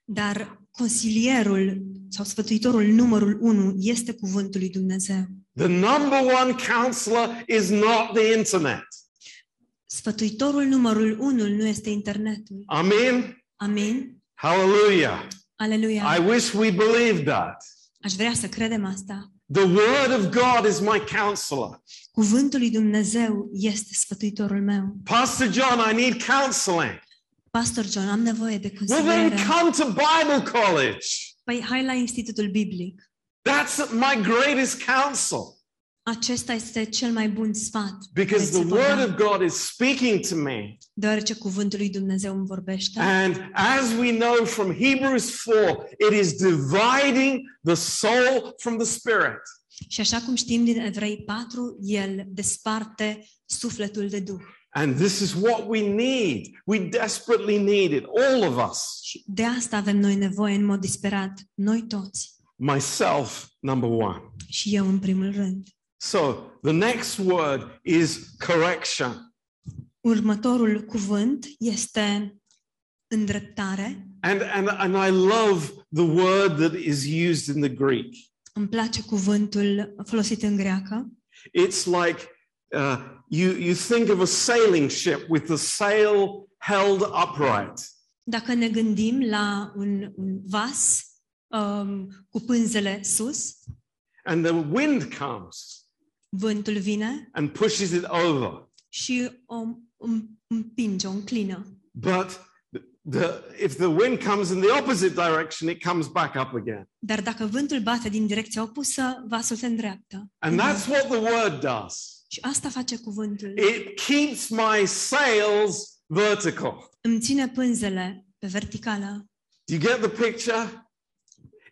Dar consilierul sau sfătuitorul numărul 1 este cuvântul lui Dumnezeu. The number one counselor is not the internet. Sfătuitorul numărul 1 nu este internetul. Amen. Amin? Hallelujah. I Aleluia! wish we believed that. Aș vrea să credem asta. The word of God is my counselor. Cuvântul lui Dumnezeu este sfătuitorul meu. Pastor John, I need counseling. Pastor John, am nevoie de Well, then consiliere. come to Bible college. Păi hai la Institutul Biblic. That's my greatest counsel Acesta este cel mai bun sfat. because the Veți word avea. of God is speaking to me. da, Deoarece cuvântul lui Dumnezeu îmi vorbește. And as we know from Hebrews 4, it is dividing the soul from the spirit. Și așa cum știm din Evrei 4, el desparte sufletul de Duh. And this is what we need. We desperately need it, all of us. Și de asta avem noi nevoie în mod disperat, noi toți. Myself, number one. Și eu în primul rând. So the next word is correction. Următorul cuvânt este îndreptare. And, and, and I love the word that is used in the Greek. Îmi place cuvântul folosit în greacă. It's like uh, you, you think of a sailing ship with the sail held upright. Dacă ne gândim la un, un vas um, cu pânzele sus, And the wind comes vântul vine and pushes it over. și o îm- împinge, o înclină. But the, if the wind comes in the opposite direction, it comes back up again. Dar dacă vântul bate din direcția opusă, vasul se îndreaptă. And that's what the word does Și asta face cuvântul. it keeps my sails vertical. Îmi ține pânzele pe verticală. Do you get the picture?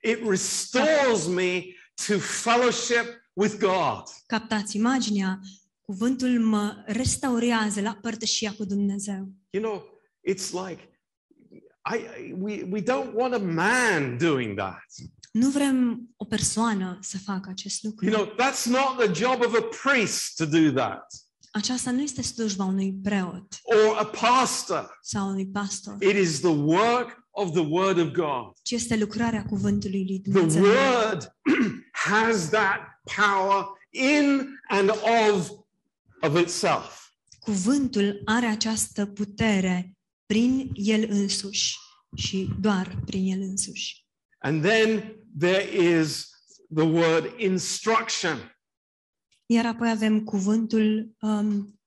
It restores me to fellowship with God. Captați imaginea. Cuvântul mă restaurează la părtășia cu Dumnezeu. You know, it's like I- I we, we don't want a man doing that. Nu vrem o persoană să facă acest lucru. You know, that's not the job of a priest to do that Aceasta nu este slujba unui preot or a pastor. sau unui pastor, It is the work of the Word of God. ci este lucrarea cuvântului lui The Dumnezeu. Word has that power in and of of itself. Cuvântul are această putere prin el însuși și doar prin el însuși. And then there is the word instruction. Iar apoi avem cuvântul um,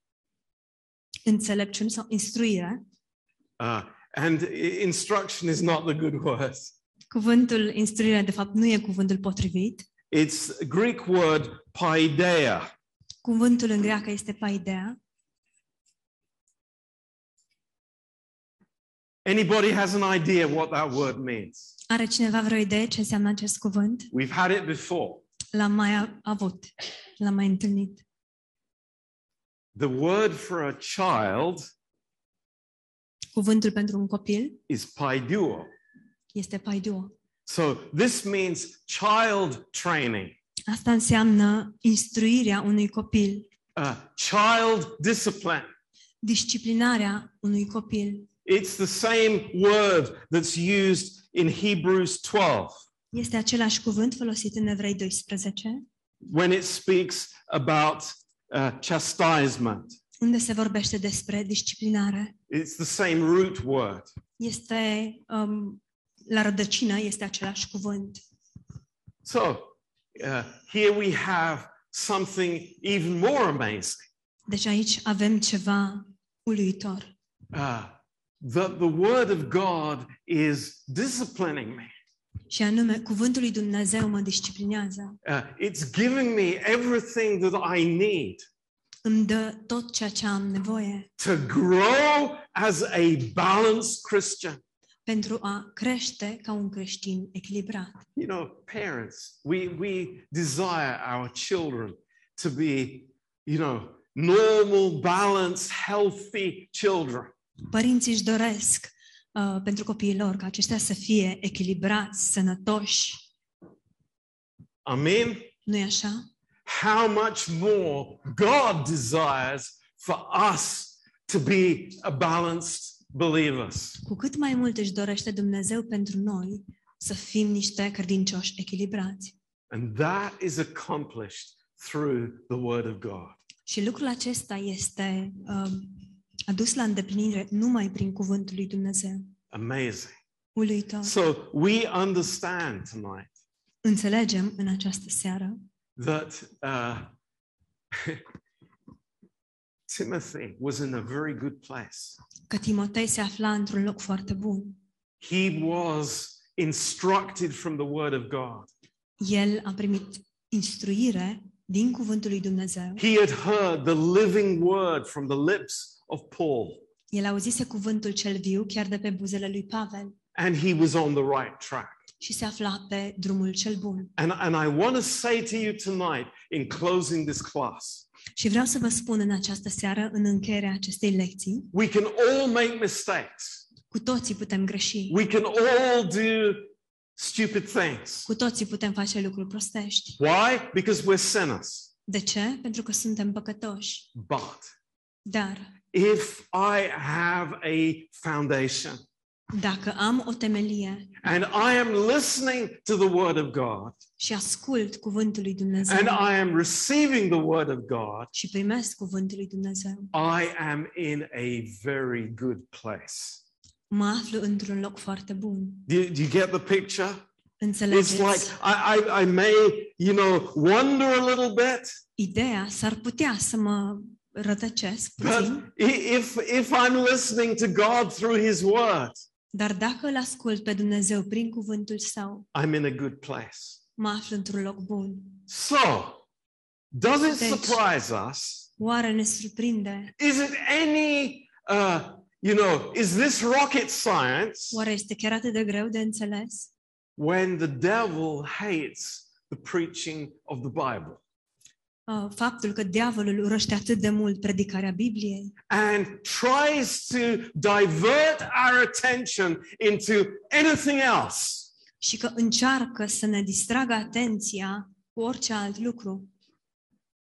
înțelepciune sau instruire. Uh, and i- instruction is not the good word. Cuvântul instruire, de fapt, nu e cuvântul potrivit. It's a Greek word paideia. Cuvântul în greacă este paideia. Anybody has an idea what that word means? Are cineva vreo idee ce înseamnă acest cuvânt? We've had it before. L-am mai a- avut, l-am mai întâlnit. The word for a child Cuvântul pentru un copil is paiduo. este paiduo. So this means child training, Asta înseamnă instruirea unui copil, uh, child discipline. disciplinarea unui copil. It's the same word that's used in Hebrews 12 Este același cuvânt folosit în Evrei 12, when it speaks about uh, chastisement. unde se vorbește despre disciplinare. It's the same root word. Este, um, la rădăcină, este același cuvânt. So uh, here we have something even more amazing Deci aici avem ceva uluitor. uh, that the word of God is disciplining me. Și anume, cuvântul lui Dumnezeu mă disciplinează, Uh, it's giving me everything that I need îmi dă tot ceea ce am nevoie to grow as a balanced Christian. pentru a crește ca un creștin echilibrat. You know, parents, we, we desire our children to be, you know, normal, balanced, healthy children. Părinții își doresc uh, pentru copiilor ca aceștia să fie echilibrați, sănătoși, Amen. nu e așa? How much more God desires for us to be a balanced believers. Cu cât mai mult își dorește Dumnezeu pentru noi să fim niște credincioși echilibrați. And that is accomplished through the word of God. Și lucrul acesta este uh, adus la îndeplinire numai prin cuvântul lui Dumnezeu. Amazing. Uluitor. So we understand tonight Înțelegem în această seară that uh, Timothy was in a very good place. că Timotei se afla într-un loc foarte bun. He was instructed from the word of God. El a primit instruire din cuvântul lui Dumnezeu. He had heard the living word from the lips of Paul, El auzise cuvântul cel viu chiar de pe buzele lui Pavel and he was on the right track. și se afla pe drumul cel bun. And, and I want to say to you tonight, in closing this class, Și vreau să vă spun în această seară, în încheierea acestei lecții, we can all make mistakes, cu toții putem greși, we can all do stupid things. cu toții putem face lucruri prostești, Why? Because we're sinners. De ce? Pentru că suntem păcătoși. But Dar if I have a foundation dacă am o temelie and I am listening to the word of God și ascult cuvântul lui Dumnezeu and I am receiving the word of God, și primesc cuvântul lui Dumnezeu, I am in a very good place. mă aflu într-un loc foarte bun. Do you, do you get the picture? Înțelegeți? It's like I, I, I may, you know, wander a little bit, Ideea s-ar putea să mă rătăcesc but puțin, i- if if I'm listening to God through His Word, dar dacă îl ascult pe Dumnezeu prin cuvântul său, I'm in a good place. mă aflu într-un loc bun. So, does it Thanks. surprise us? Oare ne surprinde? Is it any, uh, you know, is this rocket science Oare este chiar atât de greu de înțeles? when the devil hates the preaching of the Bible Uh, Faptul că diavolul urăște atât de mult predicarea Bibliei and tries to divert our attention into anything else? și că încearcă să ne distragă atenția cu orice alt lucru.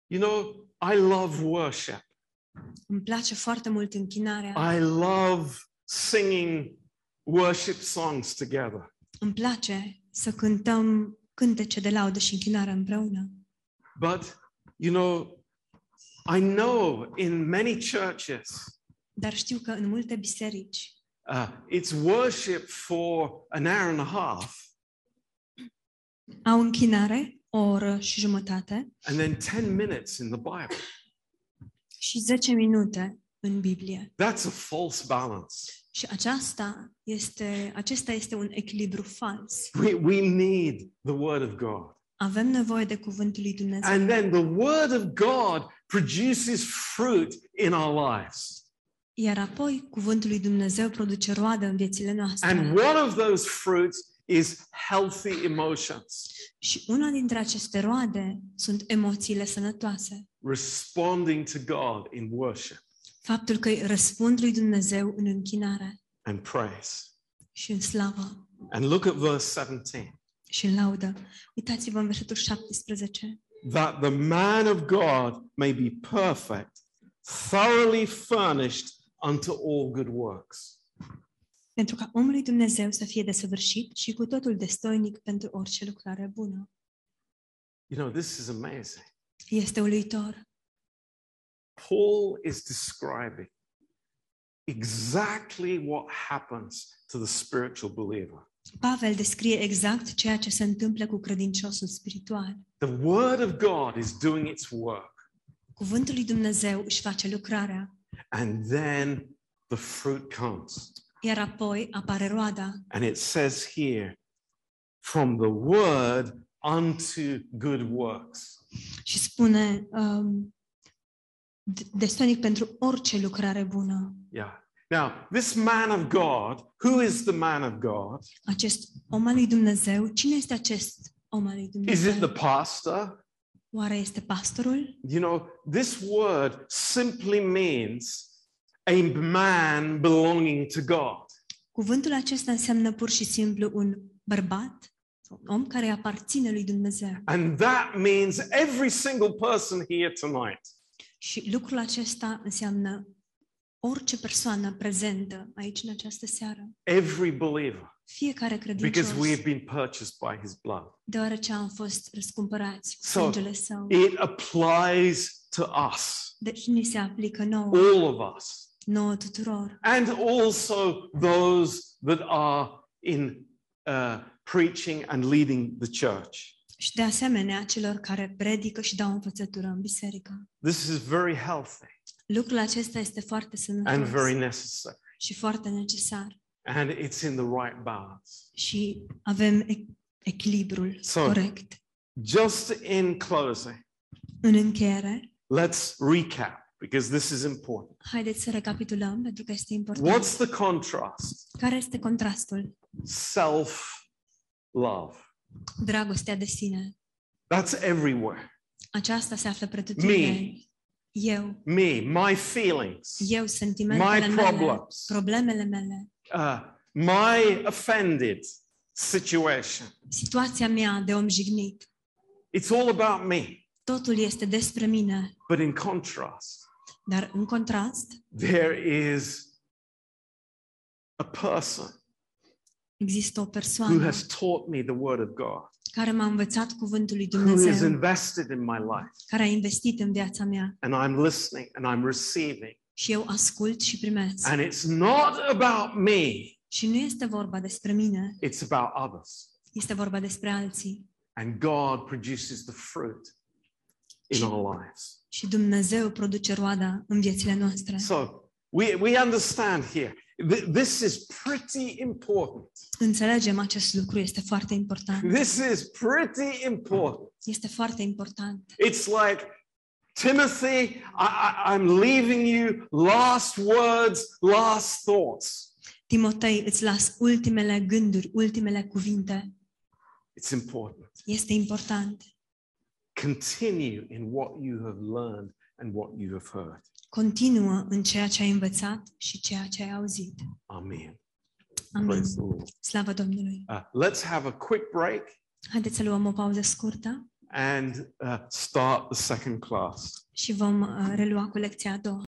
You know, I love worship. Îmi place foarte mult închinarea, I love singing worship songs together. îmi place să cântăm cântece de laudă și închinare împreună. But, you know, I know in many churches, Dar știu că în multe biserici uh, it's worship for an hour and a half, au închinare o oră și jumătate and then 10 minutes in the Bible. și 10 minute în Biblie. That's a false balance. Și aceasta este, acesta este un echilibru fals. We, we need the Word of God. Avem nevoie de cuvântul lui Dumnezeu. And then the Word of God produces fruit in our lives. Iar apoi, cuvântul lui Dumnezeu produce roadă în viețile noastre. And one of those fruits is healthy emotions, Și una dintre aceste roade sunt emoțiile sănătoase. responding to God in worship Faptul că îi răspund lui Dumnezeu în închinare and praise. și în slavă And look at verse 17 și în laudă. Uitați-vă în versetul 17. that the man of God may be perfect, thoroughly furnished unto all good works. Pentru ca omul lui Dumnezeu să fie desăvârșit și cu totul destoinic pentru orice lucrare bună. You know, this is amazing. Este uluitor. Paul is describing exactly what happens to the spiritual believer. Pavel descrie exact ceea ce se întâmplă cu credinciosul spiritual. The word of God is doing its work. Cuvântul lui Dumnezeu își face lucrarea, And then the fruit comes. iar apoi apare roada. And it says here, from the word unto good works. Și spune um, d- destonic pentru orice lucrare bună. Yeah. Now, this man of God, who is the man of God? Acest om al lui Dumnezeu, cine este acest om al lui Is it the Dumnezeu? pastor? Oare este pastorul? You know, this word simply means a man belonging to God. Cuvântul acesta înseamnă pur și simplu un bărbat, un om care îi aparține lui Dumnezeu. And that means every single person here tonight. Și lucrul acesta înseamnă orice persoană prezentă aici în această seară, Every believer, fiecare credincios, because we have been purchased by his blood. deoarece am fost răscumpărați cu So, sângele său. It applies to us, Deci ni se aplică nouă, all of us, nouă tuturor and also those that are in uh, preaching and leading the church. și de asemenea celor care predică și dau învățătură în biserică. This is very healthy Lucrul acesta este foarte and very sănătos necessary, și foarte necesar and it's in the right balance. și avem ec- echilibrul So- corect. Just in closing, În încheiere, let's recap because this is important. haideți să recapitulăm pentru că este important. What's the contrast? Care este contrastul? Self love. Dragostea de sine. That's everywhere. Aceasta se află pretutindeni. Eu, Me, my feelings. eu, sentimentele my mele, problems, problemele mele, uh, my offended situation. situația mea de om jignit. It's all about me. Totul este despre mine, But in contrast, dar în contrast there is a person există o who persoană has taught me the word of God, care m-a învățat cuvântul lui who is Dumnezeu, invested in my life, care a investit în viața mea and I'm listening and I'm receiving. și eu ascult și primesc. And it's not about me, Și nu este vorba despre mine, it's about others. este vorba despre alții. And God produces the fruit in our lives. Și Dumnezeu produce roada în viețile noastre. So we, we understand here. th- This is pretty important. Înțelegem acest lucru, este foarte important. This is pretty important. Este foarte important. It's like, Timothy, I, I, I'm leaving you. Last words, last thoughts. Timotei, îți las ultimele gânduri, ultimele cuvinte. It's important. Este important. Continue in what you have learned and what you have heard. Continuă în ceea ce ai învățat și ceea ce ai auzit. Amen. Amin. Praise the Lord. Slavă Domnului! Uh, let's have a quick break Haideți să luăm o pauză scurtă and uh, start the second class. și vom uh, relua cu lecția a doua.